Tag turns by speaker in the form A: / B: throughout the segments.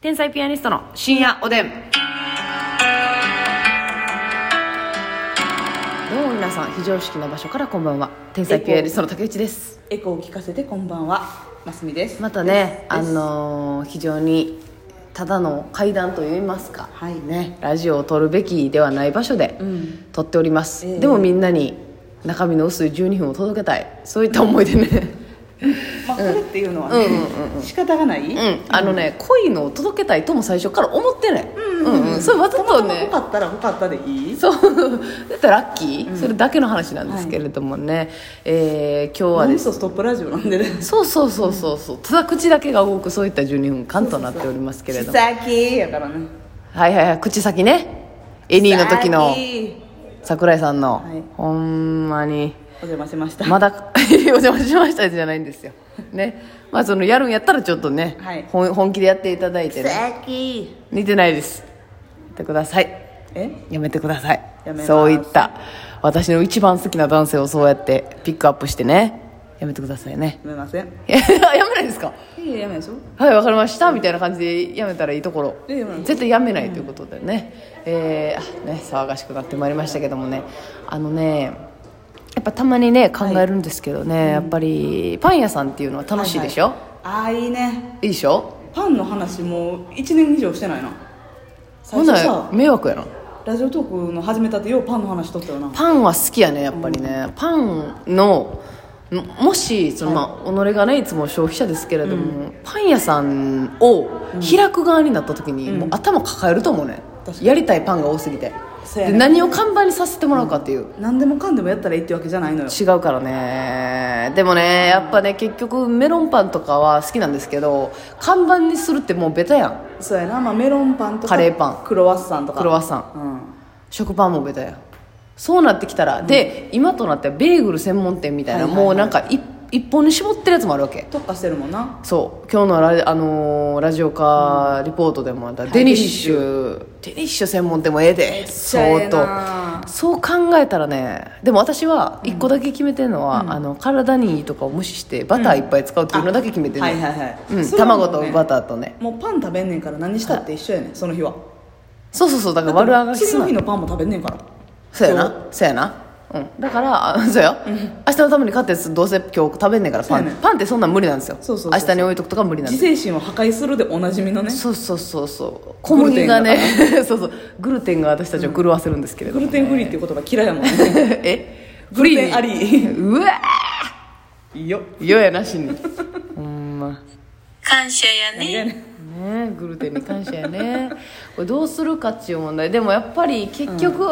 A: 天才ピアニストの深夜おでんどうも皆さん非常識な場所からこんばんは天才ピアニストの竹内です
B: エコーを聞かせてこんばんはますみです
A: またね
B: です
A: あのー非常にただの階段といいますか
B: はいね
A: ラジオを撮るべきではない場所で
B: うん
A: 撮っております、
B: ええ
A: でもみんなに中身の薄い12分を届けたいそういった思いでね
B: まあこれっていうのはね、
A: うんうん
B: 仕方がない、
A: うんあのね、濃いのを届けたいとも最初から思ってないうんうんそれわざとね
B: 濃かったら濃かったでいい
A: そう だったらラッキー、それだけの話なんですけれどもね、えー今日は
B: ノン
A: です
B: ストップラジオなんでね
A: そうそうそうそうそうただ口だけが動くそういった12分間となっておりますけれども
B: 先やからね
A: はいはいはい口先ねエニーの時の
B: 先
A: 桜井さんの、
B: はい
A: ほんまに
B: お邪魔しました、
A: まだ お邪魔しましたじゃないんですよねまあそのやるんやったらちょっとね、
B: はい
A: 本本気でやっていただいてね
B: 先
A: 似てないですやってください
B: え
A: やめてください
B: やめます
A: そういった私の一番好きな男性をそうやってピックアップしてねやめてくださいね
B: やめません
A: やめないですか
B: いややめないでしょ
A: はいわかりましたみたいな感じでやめたらいいところ
B: えやめない
A: 絶対やめないということでね,、えーあね騒がしくなってまいりましたけどもねあのねやっぱたまにね考えるんですけどね、やっぱりパン屋さんっていうのは楽しいでしょ、い
B: ああいいね
A: い、でしょ
B: パンの話もう1年以上してないな最
A: ほん
B: 初
A: なら
B: さ
A: 迷惑やな
B: ラジオトークの始めたってようパンの話しとったよな
A: パンは好きやねやっぱりね、パンのんもしその、まあ己がねいつも消費者ですけれども、パン屋さんを開く側になった時に、もう頭抱えると思うね
B: 確かに
A: やりたいパンが多すぎて、
B: そうや
A: で
B: ね
A: 何を看板にさせてもらうかっていう、
B: 何でもかんでもやったらいいってわけじゃないのよ
A: 違うからねでもねやっぱね結局メロンパンとかは好きなんですけど看板にするってもうベタやん
B: そうやな、まあ、メロンパンとか
A: カレーパン
B: クロワッサンとか
A: クロワッサン
B: うん
A: 食パンもベタやんそうなってきたら、で今となってはベーグル専門店みたいな、
B: はいはいはい
A: もうなんか一一本に絞ってるやつもあるわけ
B: 特化してるもんな
A: そう今日のラ,、あのーラジオカリポートでもあった、
B: い
A: デニッシュデニッシュ専門店もええで相当
B: 当
A: そう考えたらねでも私は一個だけ決めてるのは、あの体にいいとかを無視してバターいっぱい使うっていうのだけ決めてる、
B: はいはいはい、
A: うん、
B: それはも
A: 卵
B: う
A: と
B: ね
A: バターとね
B: もうパン食べんねんから何したって一緒やねんその日は
A: そうそうそうだから悪あがきす
B: 次
A: な
B: の日のパンも食べんねんから
A: そうやなそうやなうんだから あそうよ明日のために買ったやつどうせ今日食べんねんからパン、
B: そうやね
A: パンってそんなん無理なんですよ
B: そうそうそうそう
A: 明日に置いとくとか無理なん
B: 自
A: ですよ
B: 制心を破壊するでおなじみのね
A: そうそうそうそう小麦が ねそうそうグルテンが私たちを狂わせるんですけれど
B: グ
A: も、
B: ルテンフリーっていう言葉嫌いやもん ね
A: え
B: グルテン あり
A: うわ
B: いいよ
A: ーよやなしにほんま
C: 感謝やね。
B: やね
A: ねグルテンに感謝や ねこれどうするかっていう問題でもやっぱり結局、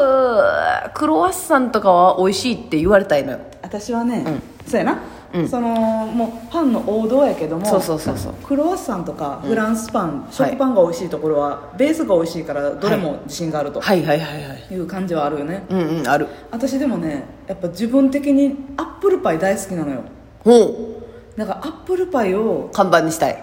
A: クロワッサンとかは美味しいって言われたいのよ
B: 私はね、そうやな、そのもうパンの王道やけども
A: そうそうそうそう
B: クロワッサンとかフランスパン、
A: はい
B: 食パンが美味しいところはベースが美味しいからどれも自信があると
A: はいはいはいはい
B: いう感じはあるよね、
A: うんうんある
B: 私でもねやっぱ自分的にアップルパイ大好きなのよ
A: ほ
B: なんかアップルパイを
A: う、看板にしたい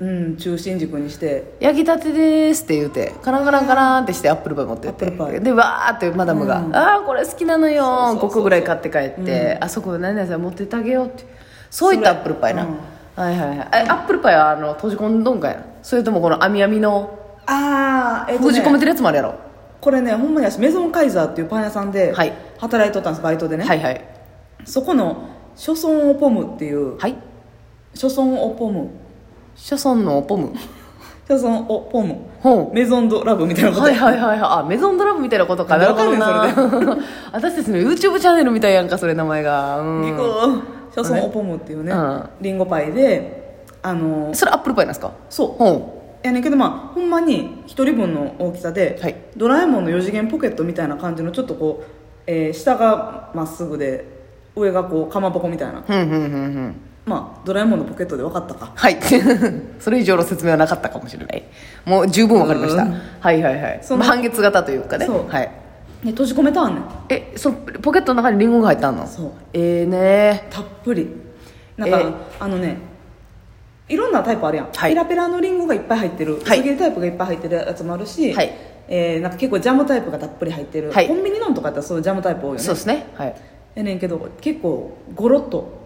B: うん、中心軸にして
A: 焼きたてですって言うてカランカランカランってしてアップルパイ持ってって
B: アップルパイ
A: でわーってマダムが「
B: うん
A: ああこれ好きなのよ
B: そうそうそうそう
A: 5個ぐらい買って帰って、あそこ何々さん持ってってあげよう」ってそういったアップルパイな、
B: うん
A: はいはいはいえアップルパイはあの閉じ込んどんかやなそれともこの網網の
B: ああえっ、と
A: 閉じ込め
B: ね
A: てるやつもあるやろ、
B: これねほんまに私メゾンカイザーっていうパン屋さんで
A: はい
B: 働いとったんですバイトでね、
A: はいはい
B: そこのショソンオポムっていう
A: はい
B: ショソンオポム
A: 諸村のポム
B: ショソンオポム
A: ほ
B: メゾンドラブみたいな
A: う
B: こと、
A: はいはいはいはいあメゾンドラブみたいなことかな
B: な
A: る
B: んで
A: ほど
B: わ
A: な
B: かんねん
A: 私たちの YouTube チャンネルみたいやんかそれ名前がう
B: リ
A: ん
B: コショソンオポムっていうね、
A: うん
B: リンゴパイであの
A: それアップルパイなんですか
B: そう
A: ほ
B: やねんけどまあほんまに一人分の大きさで、
A: はい
B: ドラえもんの四次元ポケットみたいな感じのちょっとこう、えー下がまっすぐで上がこうかまぼこみたいな
A: うふんふんふんふん
B: まあドラえもんのポケットで分かったか
A: はい それ以上の説明はなかったかもしれないもう十分わかりました
B: うん
A: はいはいはい
B: その
A: まあ半月型というかね
B: そう
A: はい
B: で閉じ込めたわんねん
A: えそのポケットの中にリンゴが入ったの
B: そう
A: ええね
B: たっぷりなんか、
A: えー
B: あのねいろんなタイプあるやん、
A: はい
B: ペラペラのリンゴがいっぱい入ってる薄
A: はい
B: 切りタイプがいっぱい入ってるやつもあるし、
A: はい
B: えーなんか結構ジャムタイプがたっぷり入ってる、
A: はい
B: コンビニのんとかやったらそういうジャムタイプ多いよね
A: そうですねはい
B: やねんけど結構ゴロッと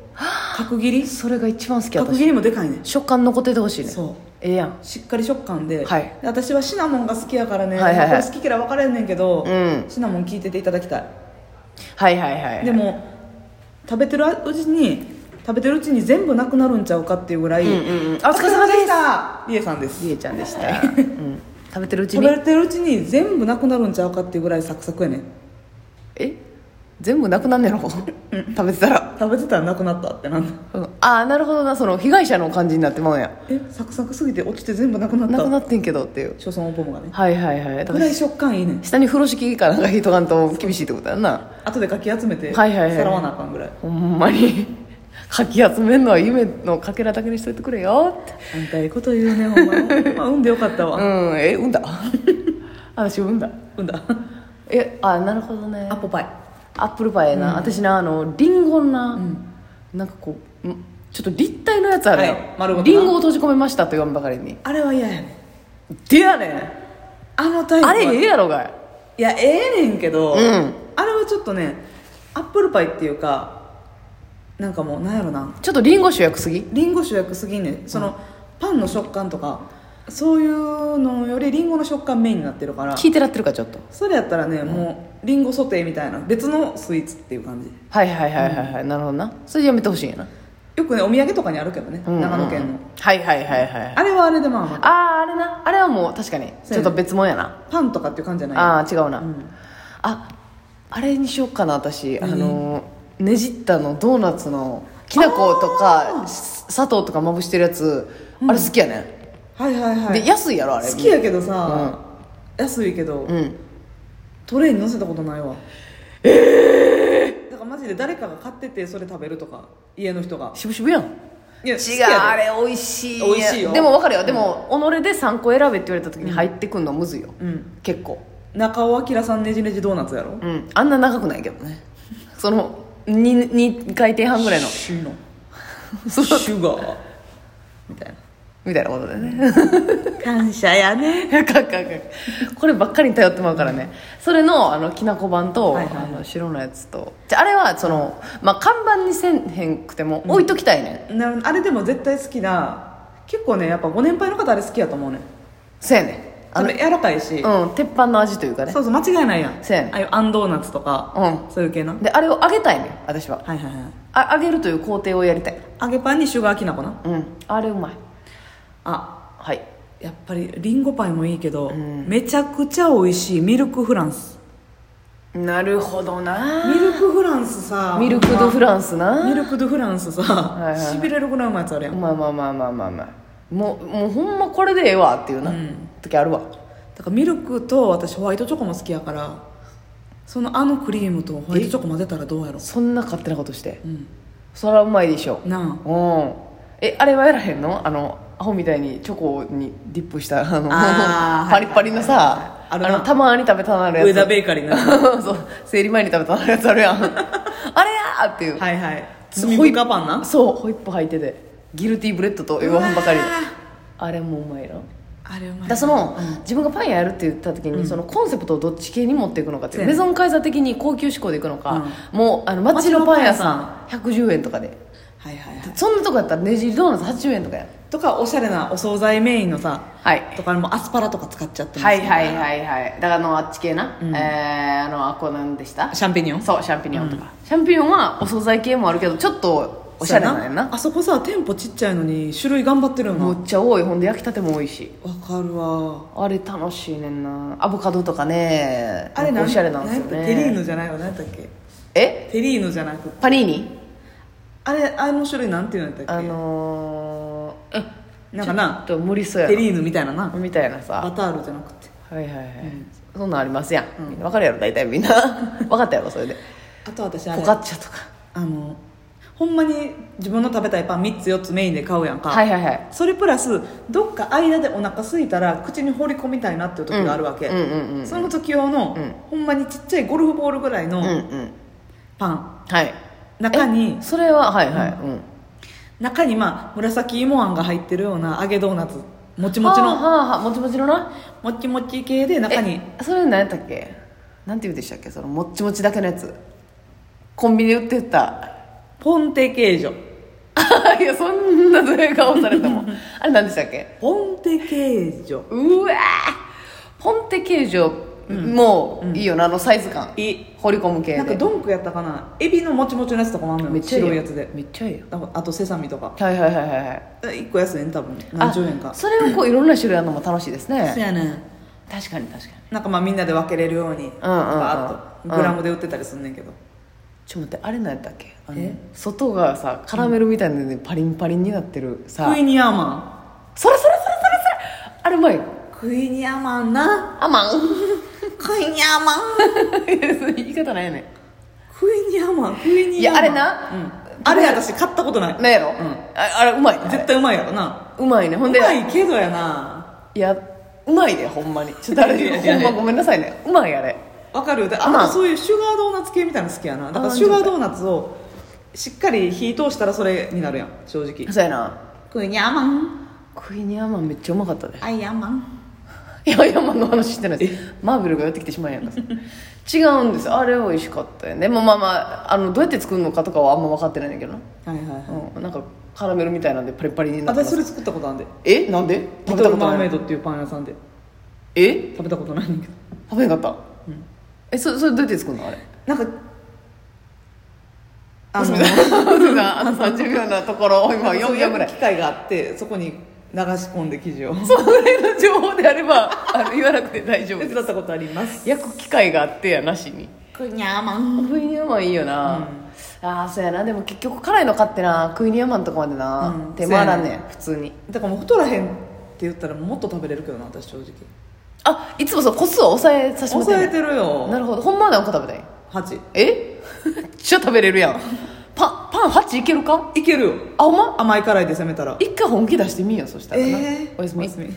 B: 角切り
A: それが一番好き
B: 角
A: 私
B: 切りもでかいねん
A: 食感残っててほしいね
B: そう
A: ええやん
B: しっかり食感で,、
A: はい
B: で私はシナモンが好きやからね、
A: はいはいはい
B: これ好き嫌い分かれんねんけど、
A: うん
B: シナモン聞いてていただきたい
A: はいはいはい
B: でも食べてるうちに食べてるうちに全部なくなるんちゃうかっていうぐらい、
A: うんうんうんお疲れ様でし
B: したりえさんです
A: りえちゃんで した、うん、食べてるうち
B: 食
A: に
B: べてるうちに全部なくなるんちゃうかっていうぐらいサクサクやねん
A: え全部なくなんねやろ食べてたら、
B: 食べてたらなくなったってなんだ
A: うんああなるほどなその被害者の感じになってまうんや
B: えサクサクすぎて落ちて全部なくなった
A: なくなってんけどっていう
B: 所存オポムがね
A: はいはいはいだか
B: ぐ
A: らら
B: い食感いいねん
A: 下に風呂敷かなんか引いとかんと厳しいってことやんな
B: 後でかき集めてさ
A: はいはいはい
B: らわなあかんぐらい
A: ほんまにかき集めんのは夢のかけらだけにしといてくれよって
B: あんたええこと言うねほんま ほんま産んでよかった
A: う
B: わ
A: んえ 産んだ私産んだ
B: 産んだ
A: えあなるほどね
B: アップパイ
A: アップルパイやな、私なあのリンゴな、
B: ん
A: なんかこうんちょっと立体のやつあるやん、
B: はい丸ごと
A: リ
B: な
A: ンゴを閉じ込めましたと言わんばかりに
B: あれは嫌やね
A: でやねん
B: あのタイプは
A: あれええやろがい
B: いやええねんけど、
A: うん
B: あれはちょっとねアップルパイっていうかなんかもうなんやろな
A: ちょっとリンゴ主役すぎ
B: リンゴ主役すぎんねんその、パンの食感とかそういうのよりリンゴの食感メインになってるから
A: 聞いてらってるかちょっと
B: それやったらね、もうリンゴソテーみたいな別のスイーツっていう感じ
A: はいはいはいはいはい、なるほどなそれやめてほしいんやな、
B: よくねお土産とかにあるけどね、
A: うんうん
B: 長野県の
A: はいはいはいはいあ
B: あれはあれでまあ、ま
A: あ
B: あ、
A: ーあれなあれはもう確かに
B: そう
A: ちょ
B: やね
A: っと別物やな
B: パンとかっていう感じじゃない
A: ああ違うな、
B: ん
A: ああれにしよっかな私あのねじったのドーナツのきな粉とかす砂糖とかまぶしてるやつあれ好きやね、
B: はいはいはい
A: で安いやろあれ
B: 好きやけどさ、安いけど、
A: うん
B: トレイに乗せたことないわええだからマジで誰かが買っててそれ食べるとか家の人が
A: 渋々やん
B: いや好き
A: 違う
B: やで
A: あれ美味しい
B: 美味しいよ
A: でも分かるよでも己で3個選べって言われた時に入ってくんのむずいよ、
B: うん
A: 結構
B: 中尾明さんねじねじドーナツやろ
A: うんあんな長くないけどねその 2, 2回転半ぐらいの
B: シュの シ
A: そう
B: ュガーみたい
A: みたいなことでね
B: な感謝やね
A: かっかっかっこればっかりに頼ってまうからねそれのあのきなこ版と、
B: はいはいはい
A: あの白のやつとじゃああれはその、まあ、看板にせんへんくても置いときたいね、ん
B: なあれでも絶対好きな結構ねやっぱご年配の方あれ好きやと思うねん
A: そうやね
B: あの柔らかいし、
A: うん鉄板の味というかね
B: そうそう間違いないやん
A: そうやねん
B: ああいうあんドーナツとか、
A: う
B: そういう系なはい
A: であれを揚げたいねん私は
B: はいはい
A: あ揚げるという工程をやりたい
B: 揚げパンにシュガーきな粉な
A: うんあれうまい
B: あ
A: はい
B: やっぱりリンゴパイもいいけど、めちゃくちゃ美味しいミルクフランス
A: なるほど
B: ミ
A: な
B: ルクフランスさ
A: ミルク・ド・フランスな
B: ミルク・ドゥ・フランスさ、
A: いはい
B: しびれるぐらいうまいやつあるやん
A: まあまあまあまあまあまあもうもうほんまこれでええわっていうな、時あるわ
B: だからミルクと私ホワイトチョコも好きやからそのあのクリームとホワイトチョコ混ぜたらどうやろ
A: そんな勝手なことして、
B: ん
A: そらうまいでしょ
B: な
A: うんえあれはやらへんのあのアホみたいにチョコにディップしたあの
B: あー
A: パリパリのさ
B: はいはいはいあるな
A: のたまに食べたな
B: あ
A: る
B: 上
A: や
B: 田
A: つ
B: ベーカリーな
A: そう生理前に食べたなるやつある やんあれやーっていう、
B: はいはい罪深パンな
A: そうホイップ入っててギルティーブレッドと言わんばかりの
B: うわ
A: あれもうまいな
B: あれうまい
A: だその、自分がパン屋やるって言った時に、そのコンセプトをどっち系に持っていくのかっていう、
B: そうや
A: メ
B: ね
A: ゾン改ざ的に高級志向でいくのか、もうあの町のパン屋さん110円とかで
B: はいはいはい
A: そんなとこやったらねじりドーナツ80円とかやん
B: とかおしゃれなお惣菜メインのさ
A: はい
B: とかもうアスパラとか使っちゃってます
A: はいはいはいはいだからあのあっち系な、えー、あのあこなんでした
B: シャンペニオン
A: そうシャンピニオンとか、シャンピニオンはお惣菜系もあるけどちょっとおしゃれなんやな
B: あそこさ店舗ちっちゃいのに種類頑張ってるよな
A: む
B: わ
A: っちゃ多いほんで焼きたても多いし
B: かるわ
A: あれ楽しいねんなアボカドとかね
B: あれなん
A: おしゃれなんですよ
B: や
A: ね
B: ったテリーヌじゃないよ何やったっけ
A: え
B: テリーヌじゃなく
A: パニーニ
B: あれあの種類なんていうのやったっけ
A: あのー、
B: なんかな
A: ちょっと無理そうや
B: テ
A: な
B: リーヌみたいなな
A: みたいな
B: バ
A: さ
B: タールじゃなくて
A: はいはいはい、そんなんありますやん、わかるやろ大体 みんな分かったやろそれで
B: あと私あ
A: ポ
B: れ
A: カッチャとか
B: あのほんまに自分の食べたいパン3つ4つメインで買うやんか
A: はいはいはい
B: それプラスどっか間でお腹空いたら口に放り込みたいなっていう時があるわけ、
A: うんうんうんうん
B: その時用の、
A: うん
B: ほんまにちっちゃいゴルフボールぐらい
A: うん
B: の
A: うん
B: パン、
A: はい
B: 中に
A: それははいはいうん、
B: 中にまあ紫芋あんが入ってるような揚げドーナツもちも
A: は
B: ち
A: あ
B: の
A: はあはあもちもちのな
B: もちもち系で中に
A: えそれ何やったっけなんて言うでしたっけそのもっちもちだけのやつコンビニで売ってた
B: ポンテケージョ
A: あいやそんなずるい顔され てもあれ何でしたっけ
B: ポンテ形状
A: うわーポンテ形状もういいよな、あのサイズ感
B: いい
A: 掘り込む系で
B: なんかドンクやったかなエビのもちもちのやつとかもあんのよ
A: めっちゃいい
B: 白
A: ん
B: いやつで
A: めっちゃいいやん
B: 多分あとセサミとか
A: はいはいはいはいはい
B: 1個安いね多分何十円か
A: あそれをこういろんな種類あるのも楽しいです
B: そう
A: ね
B: やねん
A: 確かに確かに
B: なんかまあみんなで分けれるようにバーッとグラムで売ってたりすんねんけど
A: ちょっと待ってあれ何やったっけあの
B: え
A: 外がさカラメルみたいなのでパリンパリンになってるさ、
B: クイニアマ
A: それそれそれそれそれあれうまい
B: ンクイニアマンな
A: あまん
B: クイニアマン
A: 言い方ないよね
B: クイニアマンクイニアマン
A: いやあれな
B: うんあれ私買ったことない
A: なんやろ、
B: ん
A: ああれうまい
B: 絶対うまいやろな
A: うまいねほ
B: うん
A: で
B: まいけどやない
A: やうまいでほんまにちょっとあ
B: いや
A: れ
B: い
A: ほ
B: やい
A: ん
B: や
A: まごめんなさいねうまいあれ
B: わかるで
A: ま
B: あ
A: あ
B: とそういうシュガードーナツ系みたいなの好きやなだからシュガードーナツをしっかり火通したらそれになるやん正直
A: そうやな
B: クイニアマン
A: クイニアマンめっちゃうまかったで
B: アイアンマン
A: いやいや、まあの話してないです。マーベルが寄ってきてしまうんやんか。違うんです。あれ美味しかったよね。まあまあまあ、あの、どうやって作るのかとかはあんま分かってないんだけどな。
B: はいはいはい
A: うん。なんか、カラメルみたいなんでパリパリになってま
B: 私そ
A: す。
B: れ作ったことあんで
A: えなんで
B: リ
A: 食
B: ト
A: べた
B: ル
A: こ
B: マ
A: と
B: ー
A: な
B: メイ
A: い。
B: ドっていうパン屋さんで
A: え
B: 食べたことないねんだけど
A: 食べへんかった。え、そ、それどうやって作るのあれ。
B: なんかあの
A: そうだあの30秒のところ、今4秒ぐら
B: そう焼く機
A: い。
B: 械があってそこに流し込んで生地を
A: それの 情報であれば、あの、言わなくて大丈夫
B: 手
A: です。
B: 伝ったことあります
A: 焼く機会があってやなしに。
B: クニャーマン
A: クイニアマンいいよな、ああそうやなでも結局辛いの買ってなクイニアマンとかまでな、
B: うん
A: 手回らん
B: そう
A: ね
B: や
A: ん普通に
B: だからもう太らへんって言ったらもっと食べれるけどな私正直
A: あいつもそう個数は抑えさせてもらっ
B: 抑
A: て
B: え
A: ん
B: てる
A: のな
B: よ
A: るほどほんまは何個食べたい
B: 8
A: えめっちゃ食べれるやんパンパン8いけるか
B: いけるよ
A: あおま
B: 甘い辛いで攻めたら
A: 一回本気出してみいよそしたらな、
B: えー
A: おやすみ
B: おやすみ